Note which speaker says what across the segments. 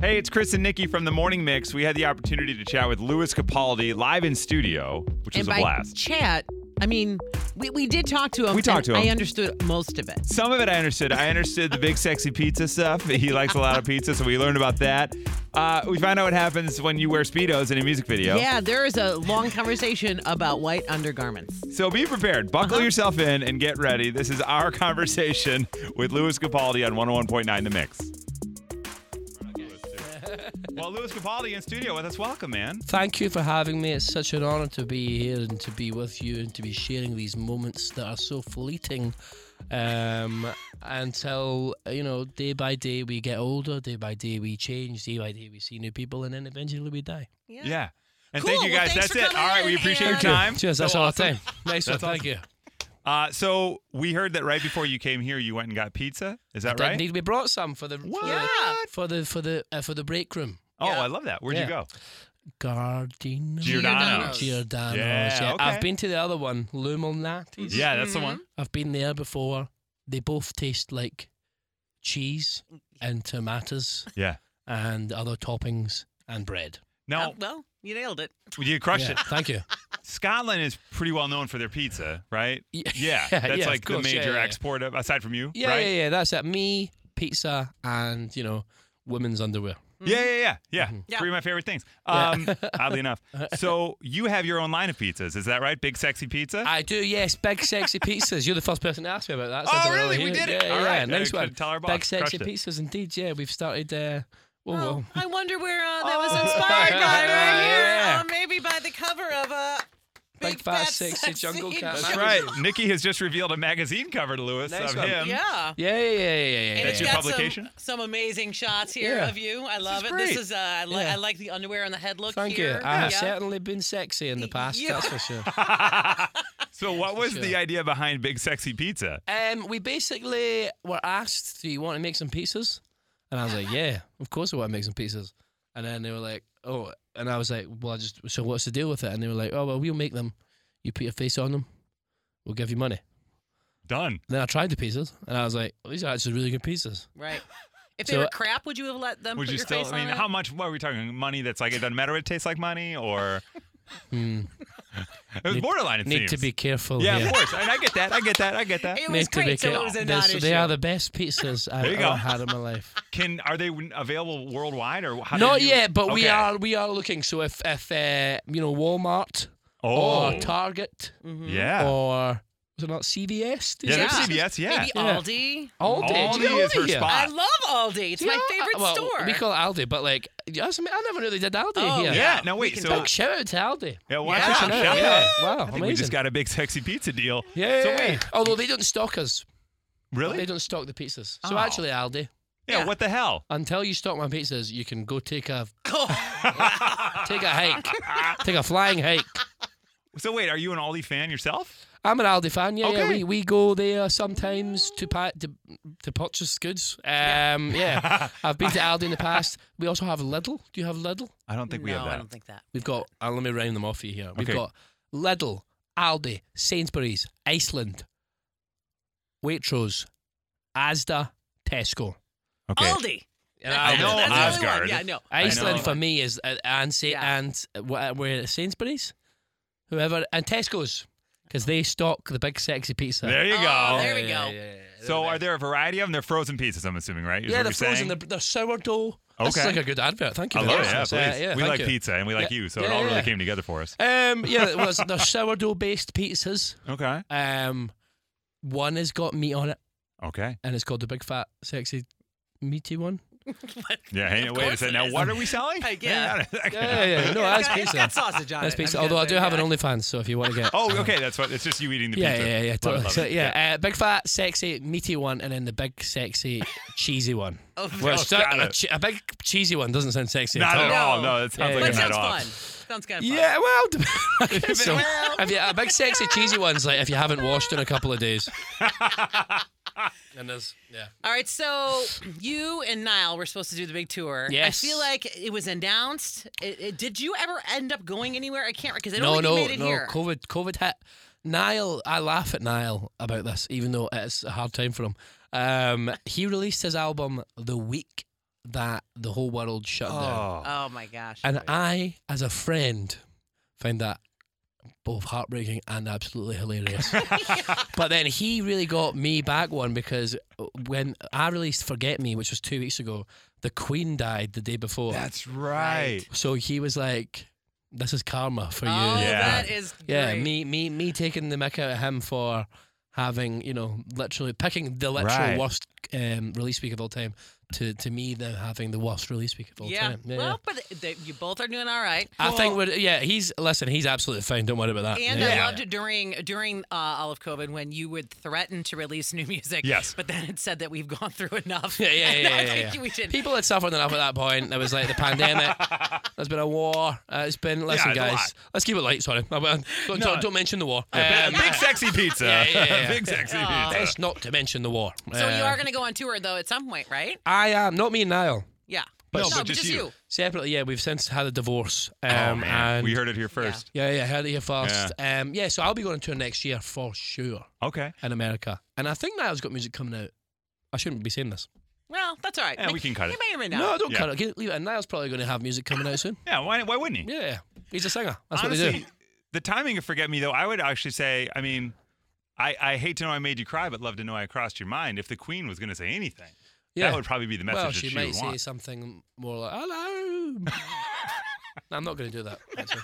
Speaker 1: Hey, it's Chris and Nikki from the Morning Mix. We had the opportunity to chat with Louis Capaldi live in studio, which
Speaker 2: and
Speaker 1: was
Speaker 2: by
Speaker 1: a blast.
Speaker 2: chat, I mean, we, we did talk to him.
Speaker 1: We talked to
Speaker 2: and
Speaker 1: him.
Speaker 2: I understood most of it.
Speaker 1: Some of it I understood. I understood the big sexy pizza stuff. He likes a lot of pizza, so we learned about that. Uh, we found out what happens when you wear Speedos in a music video.
Speaker 2: Yeah, there is a long conversation about white undergarments.
Speaker 1: So be prepared. Buckle
Speaker 2: Uh-huh.
Speaker 1: yourself in and get ready. This is our conversation with Louis Capaldi on 101.9 The Mix. well, Louis Capaldi in studio with us. Welcome, man.
Speaker 3: Thank you for having me. It's such an honor to be here and to be with you and to be sharing these moments that are so fleeting. Um, until you know, day by day we get older, day by day we change, day by day we see new people, and then eventually we die.
Speaker 1: Yeah. And
Speaker 2: Cool.
Speaker 1: thank you
Speaker 2: Well,
Speaker 1: guys.
Speaker 2: thanks
Speaker 1: that's
Speaker 2: for
Speaker 1: it.
Speaker 2: coming
Speaker 1: All right,
Speaker 2: in,
Speaker 1: we appreciate your
Speaker 2: and-
Speaker 1: time.
Speaker 3: Cheers. That's
Speaker 1: So
Speaker 3: all
Speaker 1: awesome.
Speaker 3: our time. Nice one. Thank you.
Speaker 1: Uh, so we heard that right before you came here, you went and got pizza. Is that right?
Speaker 3: Didn't need- we brought some for the
Speaker 1: What?
Speaker 3: for the for the for the, uh, for the break room.
Speaker 1: Oh, I love that. Where'd you
Speaker 3: Yeah.
Speaker 1: go?
Speaker 3: Giordino.
Speaker 1: Giordano's.
Speaker 3: Giordano's.
Speaker 1: Yeah,
Speaker 3: yeah.
Speaker 1: okay.
Speaker 3: I've been to the other one, Lumalnati's.
Speaker 1: Yeah, that's the one.
Speaker 3: I've been there before. They both taste like cheese and tomatoes
Speaker 1: Yeah.
Speaker 3: and other toppings and bread.
Speaker 1: No,
Speaker 2: well, you nailed it.
Speaker 1: you crushed
Speaker 3: Yeah,
Speaker 1: it.
Speaker 3: Thank you.
Speaker 1: Scotland is pretty well known for their pizza, right?
Speaker 3: Yeah.
Speaker 1: Yeah,
Speaker 3: Yeah,
Speaker 1: that's
Speaker 3: yeah, of
Speaker 1: like
Speaker 3: course.
Speaker 1: the
Speaker 3: Yeah,
Speaker 1: major
Speaker 3: yeah, yeah.
Speaker 1: export of, aside from you,
Speaker 3: Yeah,
Speaker 1: right?
Speaker 3: yeah, yeah. That's it. Me, pizza, and you know, women's underwear.
Speaker 1: Yeah, yeah, yeah, yeah.
Speaker 2: Yeah.
Speaker 1: Three of my favorite things.
Speaker 3: Mm-hmm. Yeah.
Speaker 1: Um, oddly enough, so you have your own line of pizzas, is that right? Big sexy pizza.
Speaker 3: I do, yes. Big sexy pizzas. You're the first person to ask me about that. so
Speaker 1: Oh,
Speaker 3: I don't
Speaker 1: really?
Speaker 3: know
Speaker 1: We
Speaker 3: you.
Speaker 1: did it.
Speaker 3: Yeah,
Speaker 1: All
Speaker 3: yeah,
Speaker 1: right.
Speaker 3: Nice
Speaker 1: I
Speaker 3: one.
Speaker 1: couldn't tell our
Speaker 3: Big
Speaker 1: boss.
Speaker 3: sexy
Speaker 1: Crushed it.
Speaker 3: pizzas, indeed. Yeah, we've started. Uh, whoa, whoa.
Speaker 2: I wonder where uh, that was
Speaker 1: Oh.
Speaker 2: inspired by right here.
Speaker 3: Yeah.
Speaker 2: Uh, maybe by the cover of a
Speaker 3: Big Fat Sexy Jungle Cat
Speaker 1: That's
Speaker 3: Magazine.
Speaker 1: right. Nikki has just revealed a magazine cover to Lewis
Speaker 3: Nice
Speaker 1: of
Speaker 3: one.
Speaker 1: him.
Speaker 2: Yeah.
Speaker 3: Yeah, yeah, yeah, yeah, yeah. yeah.
Speaker 2: And
Speaker 1: That's
Speaker 2: it's
Speaker 1: your
Speaker 2: got
Speaker 1: publication?
Speaker 2: Some, some amazing shots here
Speaker 3: Yeah.
Speaker 2: of you. I love
Speaker 1: is
Speaker 2: it. This
Speaker 1: great.
Speaker 2: is uh, I, li-
Speaker 3: Yeah.
Speaker 2: I like the underwear on the head look
Speaker 3: Thank
Speaker 2: here.
Speaker 3: you. I have
Speaker 2: Yeah.
Speaker 3: certainly been sexy in the past.
Speaker 2: Yeah.
Speaker 3: That's for sure.
Speaker 1: So, what was the
Speaker 3: Sure.
Speaker 1: idea behind Big Sexy Pizza?
Speaker 3: Um, we basically were asked, "Do you want to make some pizzas?" And I was like, "Yeah, of course I want to make some pizzas." And then they were like, "Oh," and I was like, "Well, I just so what's the deal with it?" And they were like, "Oh, well, we'll make them. You put your face on them. We'll give you money."
Speaker 1: Done.
Speaker 3: Then I tried the pizzas, and I was like, oh, "These are actually really good pizzas."
Speaker 2: Right. If they
Speaker 3: So-
Speaker 2: were crap, would you have let them
Speaker 1: Would
Speaker 2: put
Speaker 1: you
Speaker 2: your
Speaker 1: still?
Speaker 2: face
Speaker 1: I mean,
Speaker 2: on it?
Speaker 1: how much? What are we talking? Money? That's like it doesn't matter. It tastes like money, or
Speaker 3: Hmm.
Speaker 1: it was
Speaker 3: Need-
Speaker 1: borderline. It
Speaker 3: Need to
Speaker 1: seems.
Speaker 3: be careful.
Speaker 1: Yeah,
Speaker 3: here.
Speaker 1: of course. And I get that. I get that. I get that.
Speaker 2: It
Speaker 3: Need
Speaker 2: was
Speaker 3: to be
Speaker 2: great, so it
Speaker 3: careful.
Speaker 2: was a
Speaker 3: They're- so they
Speaker 2: non-issue.
Speaker 3: are the best pizzas I've
Speaker 1: There you
Speaker 3: ever
Speaker 1: go.
Speaker 3: had in my life.
Speaker 1: Can are they available worldwide or how do
Speaker 3: Not
Speaker 1: you-
Speaker 3: yet, but we
Speaker 1: Okay.
Speaker 3: are we are looking. So if if uh, you know Walmart
Speaker 1: Oh,
Speaker 3: or Target.
Speaker 2: Mm-hmm.
Speaker 1: yeah.
Speaker 3: or was it not CVS? Did
Speaker 1: yeah,
Speaker 3: you
Speaker 1: there's
Speaker 3: say?
Speaker 2: Yeah.
Speaker 1: CBS. Yeah.
Speaker 2: Maybe
Speaker 3: Yeah.
Speaker 2: Aldi.
Speaker 3: Aldi. Do you
Speaker 1: Aldi
Speaker 3: know
Speaker 1: is her
Speaker 3: Aldi?
Speaker 1: spot.
Speaker 2: I love Aldi. It's
Speaker 3: Do you
Speaker 2: my
Speaker 3: know-
Speaker 2: favorite
Speaker 3: well,
Speaker 2: store.
Speaker 3: We call it Aldi, but like, yes, I, mean, I never knew they did Aldi
Speaker 2: Oh,
Speaker 3: here.
Speaker 1: yeah.
Speaker 2: Yeah.
Speaker 1: No, wait.
Speaker 2: can
Speaker 1: So
Speaker 3: Big shout out to Aldi.
Speaker 1: yeah, watch
Speaker 2: Yeah.
Speaker 1: out.
Speaker 3: Yeah.
Speaker 1: Shout
Speaker 3: Yeah.
Speaker 1: out.
Speaker 3: Wow,
Speaker 1: I think we
Speaker 3: amazing.
Speaker 1: just got a big sexy pizza deal.
Speaker 3: Yeah.
Speaker 1: So wait,
Speaker 3: Although they don't stock us. They
Speaker 1: really?
Speaker 3: don't stock the pizzas. So
Speaker 1: Oh.
Speaker 3: actually, Aldi,
Speaker 1: Yeah.
Speaker 2: Yeah.
Speaker 1: What the hell?
Speaker 3: until you stock my pizzas, you can go take a
Speaker 2: Oh,
Speaker 3: take a hike, take a flying hike.
Speaker 1: So wait, are you an Aldi fan yourself?
Speaker 3: I'm an Aldi fan. Yeah, yeah.
Speaker 1: Okay.
Speaker 3: We, we go there sometimes to pa- to, to purchase goods. Um, yeah. I've been to Aldi in the past. We also have Lidl. Do you have Lidl?
Speaker 1: I don't think we
Speaker 2: no,
Speaker 1: have
Speaker 2: I
Speaker 1: that.
Speaker 2: don't think that.
Speaker 3: We've got, and let me round them off for you here. We've
Speaker 1: Okay.
Speaker 3: got Lidl, Aldi, Sainsbury's, Iceland, Waitrose, Asda, Tesco.
Speaker 1: Okay.
Speaker 2: Aldi.
Speaker 3: And
Speaker 1: I know
Speaker 2: That's the only
Speaker 1: Asgard.
Speaker 2: One. Yeah, no.
Speaker 1: I know.
Speaker 3: Iceland for me is uh, and say
Speaker 2: Yeah.
Speaker 3: and uh, wha- where Sainsbury's, whoever, and Tesco's because they stock the big sexy pizza.
Speaker 1: There you go.
Speaker 2: Oh, there we go.
Speaker 3: Yeah, yeah, yeah, yeah.
Speaker 1: so are there a variety of them? They're frozen pizzas, I'm assuming, right? Is
Speaker 3: Yeah,
Speaker 1: what
Speaker 3: they're
Speaker 1: you're saying?
Speaker 3: frozen. They're, they're sourdough. That's
Speaker 1: Okay.
Speaker 3: like a good advert. Thank you.
Speaker 1: I
Speaker 3: for
Speaker 1: love it.
Speaker 3: that.
Speaker 1: Oh, Yeah,
Speaker 3: That's, uh,
Speaker 1: please. we
Speaker 3: thank
Speaker 1: like
Speaker 3: you.
Speaker 1: pizza and we like
Speaker 3: Yeah.
Speaker 1: you, so it
Speaker 3: Yeah,
Speaker 1: all
Speaker 3: yeah,
Speaker 1: really
Speaker 3: yeah.
Speaker 1: came together for us.
Speaker 3: Um, yeah, well, it's- they're sourdough-based pizzas.
Speaker 1: Okay.
Speaker 3: Um, one has got meat on it,
Speaker 1: Okay.
Speaker 3: and it's called the big fat sexy meaty one.
Speaker 1: Yeah. Hey,
Speaker 2: Of
Speaker 1: wait a
Speaker 2: course
Speaker 1: second.
Speaker 2: it
Speaker 1: Now,
Speaker 2: is.
Speaker 1: what are we selling?
Speaker 2: Hey, yeah.
Speaker 1: Hang on a second.
Speaker 3: yeah. No,
Speaker 2: it's
Speaker 3: that's
Speaker 2: got, it's got
Speaker 3: pizza.
Speaker 2: sausage on
Speaker 3: That's
Speaker 2: it. I'm
Speaker 3: pizza.
Speaker 2: gonna
Speaker 3: Although I
Speaker 2: say,
Speaker 3: do have an
Speaker 2: yeah.
Speaker 3: OnlyFans, so if you want to get.
Speaker 1: Oh, okay. That's what. It's just you eating the
Speaker 3: Yeah,
Speaker 1: pizza.
Speaker 3: yeah, yeah,
Speaker 1: Love it,
Speaker 3: totally.
Speaker 1: love
Speaker 3: So,
Speaker 1: it.
Speaker 3: yeah, Uh, big fat, sexy, meaty one, and then the big sexy, cheesy one.
Speaker 2: Oh,
Speaker 3: Well, it's not-
Speaker 1: got
Speaker 3: a,
Speaker 1: it.
Speaker 3: che- a big cheesy one doesn't sound sexy
Speaker 1: Not
Speaker 3: at all.
Speaker 1: at all. No, it sounds like
Speaker 3: Yeah, yeah.
Speaker 1: a
Speaker 2: But
Speaker 3: Good
Speaker 1: night
Speaker 2: sounds
Speaker 1: off.
Speaker 2: fun. Sounds kind of fun.
Speaker 3: Yeah, well, I guess so, if you, a big sexy cheesy one's like if you haven't washed in a couple of days. and there's yeah.
Speaker 2: All right, so you and Niall were supposed to do the big tour.
Speaker 3: Yes.
Speaker 2: I feel like it was announced. It, it, did you ever end up going anywhere? I can't because I don't
Speaker 3: No,
Speaker 2: think you
Speaker 3: no,
Speaker 2: made it
Speaker 3: no.
Speaker 2: here.
Speaker 3: COVID, COVID hit. Niall, I laugh at Niall about this, even though it's a hard time for him. Um, he released his album the week that the whole world shut down.
Speaker 1: Oh.
Speaker 2: Oh my gosh.
Speaker 3: And I, as a friend, find that both heartbreaking and absolutely hilarious. but then he really got me back one because when I released Forget Me, which was two weeks ago, the Queen died the day before.
Speaker 1: That's right.
Speaker 3: so he was like, This is karma for
Speaker 2: oh,
Speaker 3: you.
Speaker 1: Yeah.
Speaker 2: that is
Speaker 3: Yeah,
Speaker 2: great.
Speaker 3: me, me, me taking the mick out of him for having, you know, literally picking the literal
Speaker 1: Right.
Speaker 3: worst um, release week of all time to, to me then having the worst release week of all
Speaker 2: Yeah.
Speaker 3: time. Yeah, yeah.
Speaker 2: Well, but th- you both are doing all right.
Speaker 3: I think we're yeah. He's listen. He's absolutely fine. Don't worry about that.
Speaker 2: And
Speaker 3: yeah.
Speaker 2: I loved it during during uh, all of COVID when you would threaten to release new music.
Speaker 1: Yes.
Speaker 2: But then it said that we've gone through enough.
Speaker 3: Yeah, yeah,
Speaker 2: And
Speaker 3: yeah,
Speaker 2: I
Speaker 3: yeah,
Speaker 2: think
Speaker 3: yeah.
Speaker 2: we should.
Speaker 3: People had suffered enough at that point. There was like the pandemic. There's been a war. Uh, it's been listen,
Speaker 1: it's a
Speaker 3: guys.
Speaker 1: lot.
Speaker 3: Let's keep it light. Sorry, I won't- don't, don't, don't mention the war.
Speaker 1: Yeah,
Speaker 3: Um,
Speaker 1: big sexy pizza.
Speaker 3: yeah, yeah, yeah.
Speaker 1: big sexy pizza.
Speaker 3: best not to mention the war.
Speaker 2: So you
Speaker 3: Uh,
Speaker 2: are going to go on tour though at some point, right?
Speaker 3: I am not me and Niall.
Speaker 2: Yeah.
Speaker 1: No,
Speaker 2: no,
Speaker 1: but just you.
Speaker 3: Separately, yeah, we've since had a divorce. Um,
Speaker 1: Oh, man.
Speaker 3: And
Speaker 1: we heard it here first.
Speaker 3: yeah, yeah, heard it here first. Yeah. Um, yeah, so I'll be going on tour next year for sure
Speaker 1: Okay.
Speaker 3: in America, and I think Niall's got music coming out. I shouldn't be saying this.
Speaker 2: Well, that's all right.
Speaker 1: Yeah, we can cut
Speaker 2: You
Speaker 1: it.
Speaker 2: may or may not.
Speaker 3: No, don't
Speaker 1: Yeah.
Speaker 3: cut it. Get- Leave it. And Niall's probably going to have music coming out soon.
Speaker 1: Yeah, why, why wouldn't he?
Speaker 3: Yeah, he's a singer. That's
Speaker 1: Honestly,
Speaker 3: what they do.
Speaker 1: the timing of Forget Me, though, I would actually say, I mean, I, I hate to know I made you cry, but love to know I crossed your mind. If the Queen was going to say anything,
Speaker 3: Yeah.
Speaker 1: that would probably be the message
Speaker 3: well,
Speaker 1: that
Speaker 3: she,
Speaker 1: she,
Speaker 3: might
Speaker 1: would
Speaker 3: say
Speaker 1: want.
Speaker 3: something more like "Hello." No, I'm not going to do that. actually.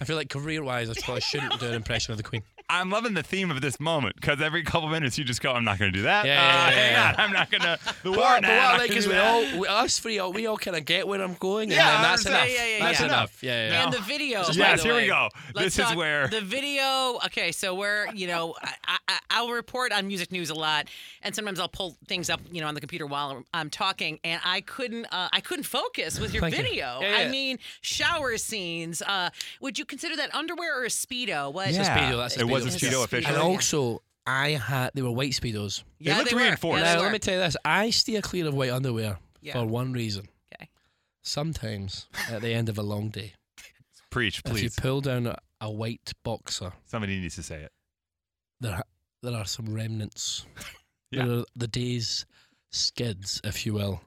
Speaker 3: I feel like career-wise, I probably shouldn't do an impression of the Queen.
Speaker 1: I'm loving the theme of this moment because every couple minutes you just go, I'm not going to do that.
Speaker 3: Yeah, yeah,
Speaker 1: uh,
Speaker 3: yeah,
Speaker 1: hang
Speaker 3: yeah.
Speaker 1: on, I'm not going to. The war
Speaker 3: But, but
Speaker 1: now,
Speaker 3: what I
Speaker 1: I'm not
Speaker 3: like
Speaker 1: gonna
Speaker 3: is
Speaker 1: do
Speaker 3: we
Speaker 1: that.
Speaker 3: all, we, us three, all, we all kind of get where I'm going,
Speaker 1: Yeah,
Speaker 3: and then that's
Speaker 1: 100%.
Speaker 3: enough.
Speaker 2: Yeah, yeah,
Speaker 3: that's
Speaker 2: yeah.
Speaker 3: enough. Yeah, yeah. yeah.
Speaker 2: And the video.
Speaker 3: This is
Speaker 2: by
Speaker 1: Yes,
Speaker 2: the
Speaker 1: here we
Speaker 2: way.
Speaker 1: go.
Speaker 2: Let's
Speaker 1: this is
Speaker 2: talk-
Speaker 1: where.
Speaker 2: the video. Okay, so we're you know I, I, I'll report on music news a lot, and sometimes I'll pull things up you know on the computer while I'm, I'm talking, and I couldn't uh, I couldn't focus with your
Speaker 3: Thank you.
Speaker 2: video.
Speaker 3: Yeah, yeah.
Speaker 2: I mean shower scenes. Uh, would you consider that underwear or a speedo? What?
Speaker 3: a
Speaker 1: Yeah.
Speaker 3: Speedo, that's a
Speaker 1: it was a
Speaker 2: It's
Speaker 3: Speedo.
Speaker 2: a
Speaker 1: Speedo
Speaker 2: Speedo.
Speaker 1: official.
Speaker 3: and
Speaker 2: yeah.
Speaker 3: also, I had they were white speedos.
Speaker 2: Yeah,
Speaker 1: looked
Speaker 2: they were.
Speaker 1: reinforced.
Speaker 2: Yeah,
Speaker 3: now,
Speaker 2: they
Speaker 3: let
Speaker 2: were.
Speaker 3: me tell you this: I steer clear of white underwear
Speaker 2: Yeah.
Speaker 3: for one reason.
Speaker 2: Okay.
Speaker 3: Sometimes at the end of a long day,
Speaker 1: Preach,
Speaker 3: if you
Speaker 1: please.
Speaker 3: pull down a, a white boxer,
Speaker 1: Somebody needs to say it.
Speaker 3: there ha- there are some remnants.
Speaker 1: Yeah.
Speaker 3: There are the day's skids, if you will.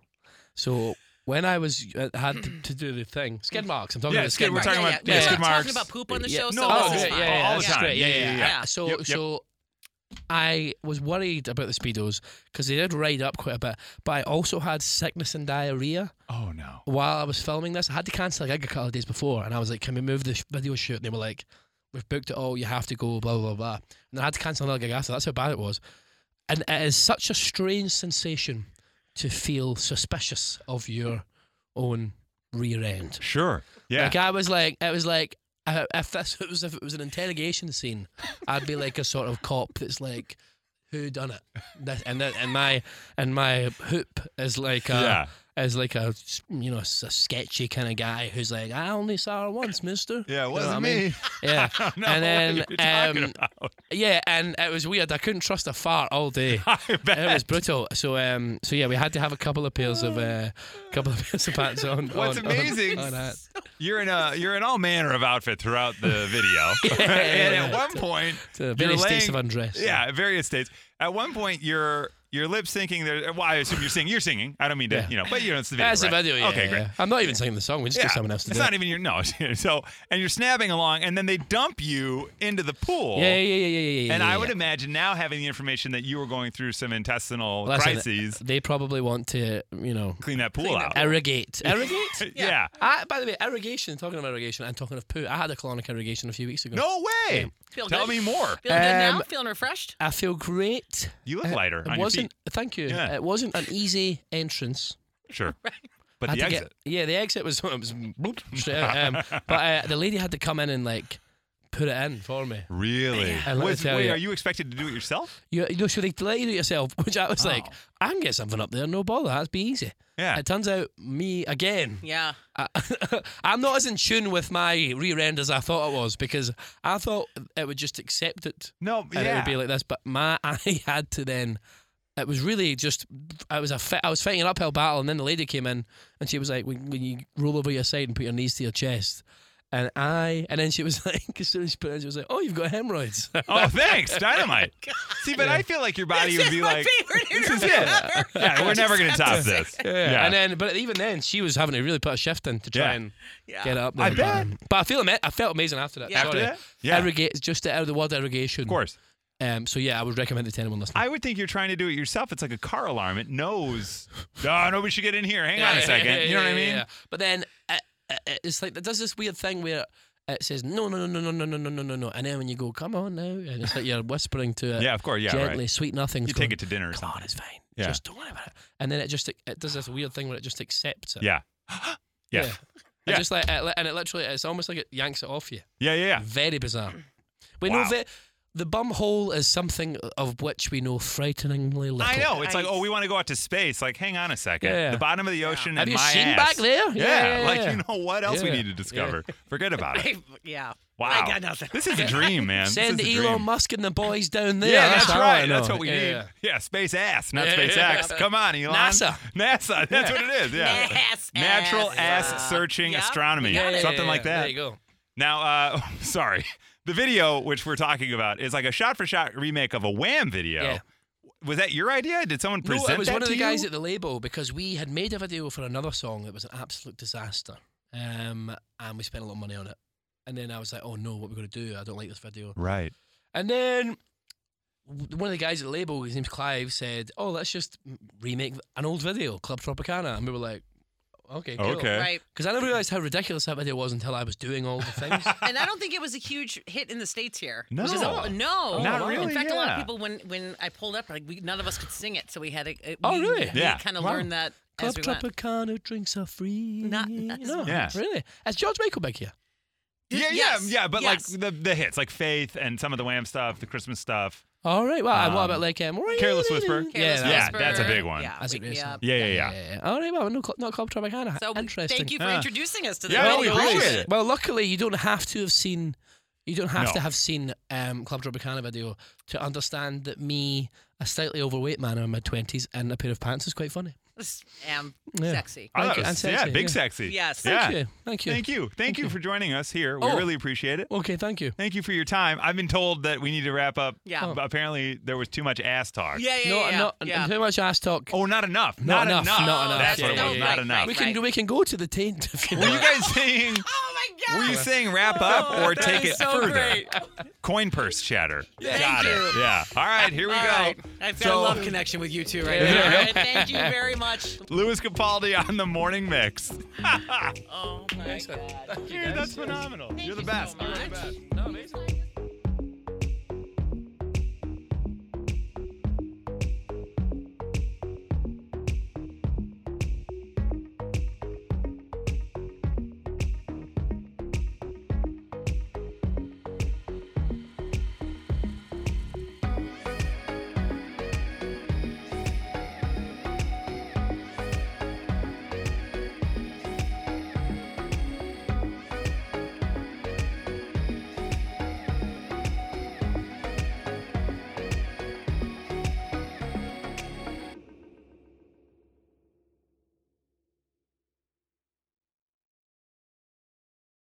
Speaker 3: So when I was uh, had to, to do the thing, skid marks. I'm talking
Speaker 1: Yeah,
Speaker 3: about the
Speaker 1: skid-
Speaker 3: skid
Speaker 1: we're
Speaker 3: marks.
Speaker 1: talking
Speaker 2: yeah,
Speaker 1: about-
Speaker 2: yeah.
Speaker 3: yeah,
Speaker 2: We're
Speaker 3: skid
Speaker 2: not
Speaker 1: marks.
Speaker 2: talking about poop on the show, so
Speaker 1: No,
Speaker 2: this
Speaker 1: oh,
Speaker 2: is
Speaker 1: yeah,
Speaker 2: fine.
Speaker 1: yeah, yeah. all the
Speaker 3: that's
Speaker 1: time.
Speaker 3: great. Yeah, yeah, yeah.
Speaker 2: Yeah.
Speaker 3: Uh, So,
Speaker 1: Yep, yep.
Speaker 3: so I was worried about the speedos because they did ride up quite a bit, but I also had sickness and diarrhea
Speaker 1: Oh, no.
Speaker 3: while I was filming this. I had to cancel a gig a couple of days before, and I was like, "Can we move the sh- video shoot?" And they were like, "We've booked it all. You have to go." Blah blah blah. And I had to cancel another gig after. That's how bad it was. And it is such a strange sensation to feel suspicious of your own rear end.
Speaker 1: Sure. Yeah.
Speaker 3: Like I was like, it was like, uh, if this it was if it was an interrogation scene, I'd be like a sort of cop that's like, who done it? This, and that, and my and my hoop is like a is like a you know a sketchy kind of guy who's like, I only saw her once, Mister.
Speaker 1: yeah, it
Speaker 3: You know what I
Speaker 1: wasn't
Speaker 3: mean?
Speaker 1: me.
Speaker 3: Yeah,
Speaker 1: I don't know
Speaker 3: and then
Speaker 1: what you're talking
Speaker 3: um,
Speaker 1: about.
Speaker 3: yeah, and it was weird. I couldn't trust a fart all day.
Speaker 1: I bet.
Speaker 3: It was brutal. So, um, so yeah, we had to have a couple of pairs of, uh, couple of pairs of pants on.
Speaker 1: What's
Speaker 3: on- on-
Speaker 1: amazing-
Speaker 3: on that.
Speaker 1: You're in a you're in all manner of outfit throughout the video. and at
Speaker 3: yeah.
Speaker 1: one point,
Speaker 3: To
Speaker 1: you're
Speaker 3: various states
Speaker 1: laying-
Speaker 3: of undress.
Speaker 1: Yeah, at various states. At one point, you're you're lip syncing. There. Well, I assume you're singing. You're singing. I don't mean to,
Speaker 3: Yeah.
Speaker 1: you know, but you know, it's the video.
Speaker 3: That's
Speaker 1: right?
Speaker 3: the video. Yeah,
Speaker 1: okay,
Speaker 3: yeah,
Speaker 1: great.
Speaker 3: yeah. I'm not even singing the song. We just
Speaker 1: Yeah.
Speaker 3: get someone else to
Speaker 1: it's
Speaker 3: do
Speaker 1: not
Speaker 3: it.
Speaker 1: even your no. so and you're snapping along, and then they dump you into the pool.
Speaker 3: yeah, yeah, yeah, yeah, yeah, yeah.
Speaker 1: And
Speaker 3: yeah,
Speaker 1: I would
Speaker 3: yeah.
Speaker 1: imagine now having the information that you were going through some intestinal
Speaker 3: Listen,
Speaker 1: crises,
Speaker 3: They probably want to, you know,
Speaker 1: clean that pool out.
Speaker 3: er, irrigate. Irrigate.
Speaker 1: yeah.
Speaker 3: I, by the way, irrigation. Talking about irrigation and talking of poo, I had a colonic irrigation a few weeks ago.
Speaker 1: No way.
Speaker 2: Feel
Speaker 1: Tell
Speaker 2: good?
Speaker 1: me more.
Speaker 2: Feeling good now?
Speaker 3: Um,
Speaker 2: Feeling refreshed?
Speaker 3: I feel great.
Speaker 1: You look lighter.
Speaker 3: It
Speaker 1: on
Speaker 3: Uh, wasn't. Thank you.
Speaker 1: Yeah.
Speaker 3: It wasn't an easy entrance.
Speaker 1: Your feet. Sure. But
Speaker 3: I
Speaker 1: the
Speaker 3: had to
Speaker 1: exit.
Speaker 3: Get, yeah, the exit was, it was bloop, straight out. Um, but uh, the lady had to come in and like put it in for me.
Speaker 1: Really?
Speaker 3: I'd like to
Speaker 1: Was-
Speaker 3: tell
Speaker 1: wait,
Speaker 3: you.
Speaker 1: are you expected to do it yourself?
Speaker 3: You, you know, so they let you do it yourself, which I was like,
Speaker 1: Oh.
Speaker 3: I can get something up there, no bother, that'd be easy.
Speaker 1: Yeah.
Speaker 3: It turns out me again.
Speaker 2: Yeah.
Speaker 3: I, I'm not as in tune with my rear end as I thought I was because I thought it would just accept it
Speaker 1: No,
Speaker 3: and it
Speaker 1: yeah.
Speaker 3: would be like this. But my I had to then. It was really just I was a fi- I was fighting an uphill battle, and then the lady came in and she was like, "When, when you roll over your side and put your knees to your chest." and I, and then she was like, as soon as she put it, in, she was like, "Oh, you've got hemorrhoids."
Speaker 1: Oh, thanks, dynamite. See, but I feel like your body
Speaker 2: This
Speaker 1: would
Speaker 2: is
Speaker 1: be
Speaker 2: my
Speaker 1: like,
Speaker 2: favorite
Speaker 1: this is
Speaker 2: interview
Speaker 1: it.
Speaker 2: ever.
Speaker 1: Yeah, we're never gonna top this. Yeah.
Speaker 3: And then, but even then, she was having to really put a shift in to try
Speaker 1: Yeah.
Speaker 3: and
Speaker 2: Yeah.
Speaker 3: get it up.
Speaker 1: I
Speaker 3: there. Um,
Speaker 1: bet.
Speaker 3: But, I feel ama- I felt amazing after that.
Speaker 2: Yeah.
Speaker 1: After
Speaker 3: Sorry.
Speaker 1: that? Yeah.
Speaker 3: Irrigate, just out of the word irrigation.
Speaker 1: of course.
Speaker 3: Um, so yeah, I would recommend it to anyone listening.
Speaker 1: I would think you're trying to do it yourself. It's like a car alarm. It knows. Oh, nobody should get in here. Hang on a second. You know what I
Speaker 3: Yeah, yeah,
Speaker 1: mean?
Speaker 3: yeah. But then uh, uh, uh, it's like it does this weird thing where it says no, no, no, no, no, no, no, no, no, no, no, and then when you go, come on now, and it's like you're whispering to it
Speaker 1: Yeah, of course. Yeah,
Speaker 3: gently,
Speaker 1: right.
Speaker 3: sweet nothing.
Speaker 1: You take it to dinner or
Speaker 3: Come on,
Speaker 1: something.
Speaker 3: it's fine.
Speaker 1: Yeah.
Speaker 3: Just don't worry about it. And then it just it does this weird thing where it just accepts it.
Speaker 1: Yeah. Yeah.
Speaker 3: It
Speaker 1: Yeah.
Speaker 3: just like it, li- and it literally it's almost like it yanks it off you.
Speaker 1: Yeah, yeah, yeah.
Speaker 3: Very bizarre. We
Speaker 1: Wow.
Speaker 3: know that the bum hole is something of which we know frighteningly little.
Speaker 1: I know. It's like,
Speaker 2: I-
Speaker 1: oh, we want to go out to space. Like, hang on a second.
Speaker 3: Yeah.
Speaker 1: The bottom of the ocean
Speaker 3: Have
Speaker 1: and
Speaker 3: you
Speaker 1: my
Speaker 3: seen
Speaker 1: ass.
Speaker 3: back there?
Speaker 1: Yeah, like you know what else we
Speaker 3: Yeah.
Speaker 1: need to discover. Forget about it.
Speaker 2: yeah.
Speaker 1: Wow,
Speaker 2: I got nothing.
Speaker 1: This is a dream, man. This
Speaker 3: Send
Speaker 1: is a
Speaker 3: Elon
Speaker 1: dream.
Speaker 3: Musk and the boys down
Speaker 1: Yeah,
Speaker 3: there.
Speaker 1: that's,
Speaker 3: all I
Speaker 1: right. That's
Speaker 3: know.
Speaker 1: what we
Speaker 3: Yeah,
Speaker 1: need.
Speaker 3: yeah.
Speaker 1: Yeah, space ass, not
Speaker 3: Yeah,
Speaker 1: space
Speaker 3: yeah.
Speaker 1: ax. Come on, Elon.
Speaker 3: NASA.
Speaker 1: NASA. That's what it is. Yeah.
Speaker 2: Ass,
Speaker 1: Natural
Speaker 2: ass.
Speaker 1: ass, searching
Speaker 2: Yeah,
Speaker 1: astronomy,
Speaker 2: we got it.
Speaker 1: something like that.
Speaker 3: There you go.
Speaker 1: Now, uh, sorry. The video which we're talking about is like a shot-for-shot remake of a Wham video.
Speaker 3: Yeah.
Speaker 1: Was that your idea? Did someone present
Speaker 3: no, it was
Speaker 1: that
Speaker 3: one of
Speaker 1: to
Speaker 3: the guys
Speaker 1: you?
Speaker 3: at the label because we had made a video for another song that was an absolute disaster, um, and we spent a lot of money on it. And then I was like, "Oh no, what we're gonna do? I don't like this video."
Speaker 1: right.
Speaker 3: And then w- one of the guys at the label, his name's Clive, said, "Oh, let's just m- remake an old video, Club Tropicana," and we were like, "Okay, cool."
Speaker 1: Okay.
Speaker 2: Right.
Speaker 3: Because I never realised how ridiculous that video was until I was doing all the things.
Speaker 2: And I don't think it was a huge hit in the states here.
Speaker 1: No.
Speaker 2: Which is all- no,
Speaker 1: Not
Speaker 2: In
Speaker 1: really,
Speaker 2: fact, a lot
Speaker 1: yeah.
Speaker 2: of people when when I pulled up, like we, none of us could sing it, so we had to. uh,
Speaker 3: Oh,
Speaker 2: we,
Speaker 3: really?
Speaker 2: We
Speaker 1: Yeah.
Speaker 2: Kind of
Speaker 1: Wow.
Speaker 2: learned that
Speaker 3: Club
Speaker 2: as we went.
Speaker 3: Tropicana drinks are free.
Speaker 2: Not-
Speaker 3: no,
Speaker 1: Yeah.
Speaker 3: really. It's George Michael back here.
Speaker 1: Yeah,
Speaker 2: Yes.
Speaker 1: yeah, yeah. But
Speaker 2: Yes.
Speaker 1: like the the hits, like Faith and some of the Wham stuff, the Christmas stuff.
Speaker 3: All right. Well, and
Speaker 1: Um,
Speaker 3: what about like um,
Speaker 1: Careless Whisper.
Speaker 2: Careless
Speaker 3: yeah,
Speaker 1: Yeah,
Speaker 2: Whisper.
Speaker 1: that's a big one.
Speaker 2: Yeah,
Speaker 3: That's
Speaker 2: we-
Speaker 3: it,
Speaker 2: yeah.
Speaker 1: Yeah, yeah, yeah.
Speaker 3: All right. Well, no, cl- not Club Tropicana.
Speaker 2: So
Speaker 3: Interesting.
Speaker 2: thank you for
Speaker 1: Yeah.
Speaker 2: introducing us to the
Speaker 1: Yeah, no, we
Speaker 2: video.
Speaker 1: appreciate
Speaker 2: Also,
Speaker 1: it.
Speaker 3: Well, luckily you don't have to have seen, you don't have
Speaker 1: No.
Speaker 3: to have seen um, Club Tropicana video to understand that me, a slightly overweight man in my twenties, and a pair of pants is quite funny.
Speaker 2: s- Am
Speaker 3: Yeah.
Speaker 2: sexy.
Speaker 1: I
Speaker 3: Thank
Speaker 1: thought
Speaker 3: you,
Speaker 1: it
Speaker 3: and
Speaker 1: was- yeah,
Speaker 3: sexy,
Speaker 1: big
Speaker 3: yeah.
Speaker 1: sexy.
Speaker 2: Yes.
Speaker 1: Yeah.
Speaker 3: Thank you. Thank you.
Speaker 1: Thank you. Thank you for joining us here. We
Speaker 3: Oh.
Speaker 1: really appreciate it.
Speaker 3: Okay. Thank you.
Speaker 1: Thank you for your time. I've been told that we need to wrap up.
Speaker 2: Yeah. Oh.
Speaker 1: but Apparently, there was too much ass talk.
Speaker 2: Yeah, yeah,
Speaker 3: No,
Speaker 2: yeah.
Speaker 3: not,
Speaker 2: yeah.
Speaker 3: too much ass talk.
Speaker 1: Oh, not enough.
Speaker 3: Not enough, not enough.
Speaker 1: That's what it
Speaker 3: Yeah,
Speaker 1: was.
Speaker 3: yeah,
Speaker 1: Not
Speaker 2: yeah.
Speaker 1: enough.
Speaker 3: we can
Speaker 2: right.
Speaker 3: do. We can go to the taint. If you
Speaker 1: Were you
Speaker 3: want.
Speaker 1: guys saying?
Speaker 2: Oh my
Speaker 1: Were
Speaker 2: god.
Speaker 1: you saying wrap up or
Speaker 2: that
Speaker 1: take
Speaker 2: is
Speaker 1: it
Speaker 2: so
Speaker 1: further?
Speaker 2: great.
Speaker 1: Coin purse chatter.
Speaker 2: Thank
Speaker 1: Got it.
Speaker 2: you.
Speaker 1: Yeah. All right, here we
Speaker 2: All
Speaker 1: go.
Speaker 2: right. I've got
Speaker 1: So-
Speaker 2: a love connection with you two right
Speaker 1: Yeah.
Speaker 2: now. All right. Thank you very much.
Speaker 1: Louis Capaldi on the morning mix.
Speaker 2: Oh my god.
Speaker 1: Dude, that's phenomenal. You're the
Speaker 2: you so
Speaker 1: best. You're the
Speaker 2: much.
Speaker 1: best.
Speaker 3: No, amazing.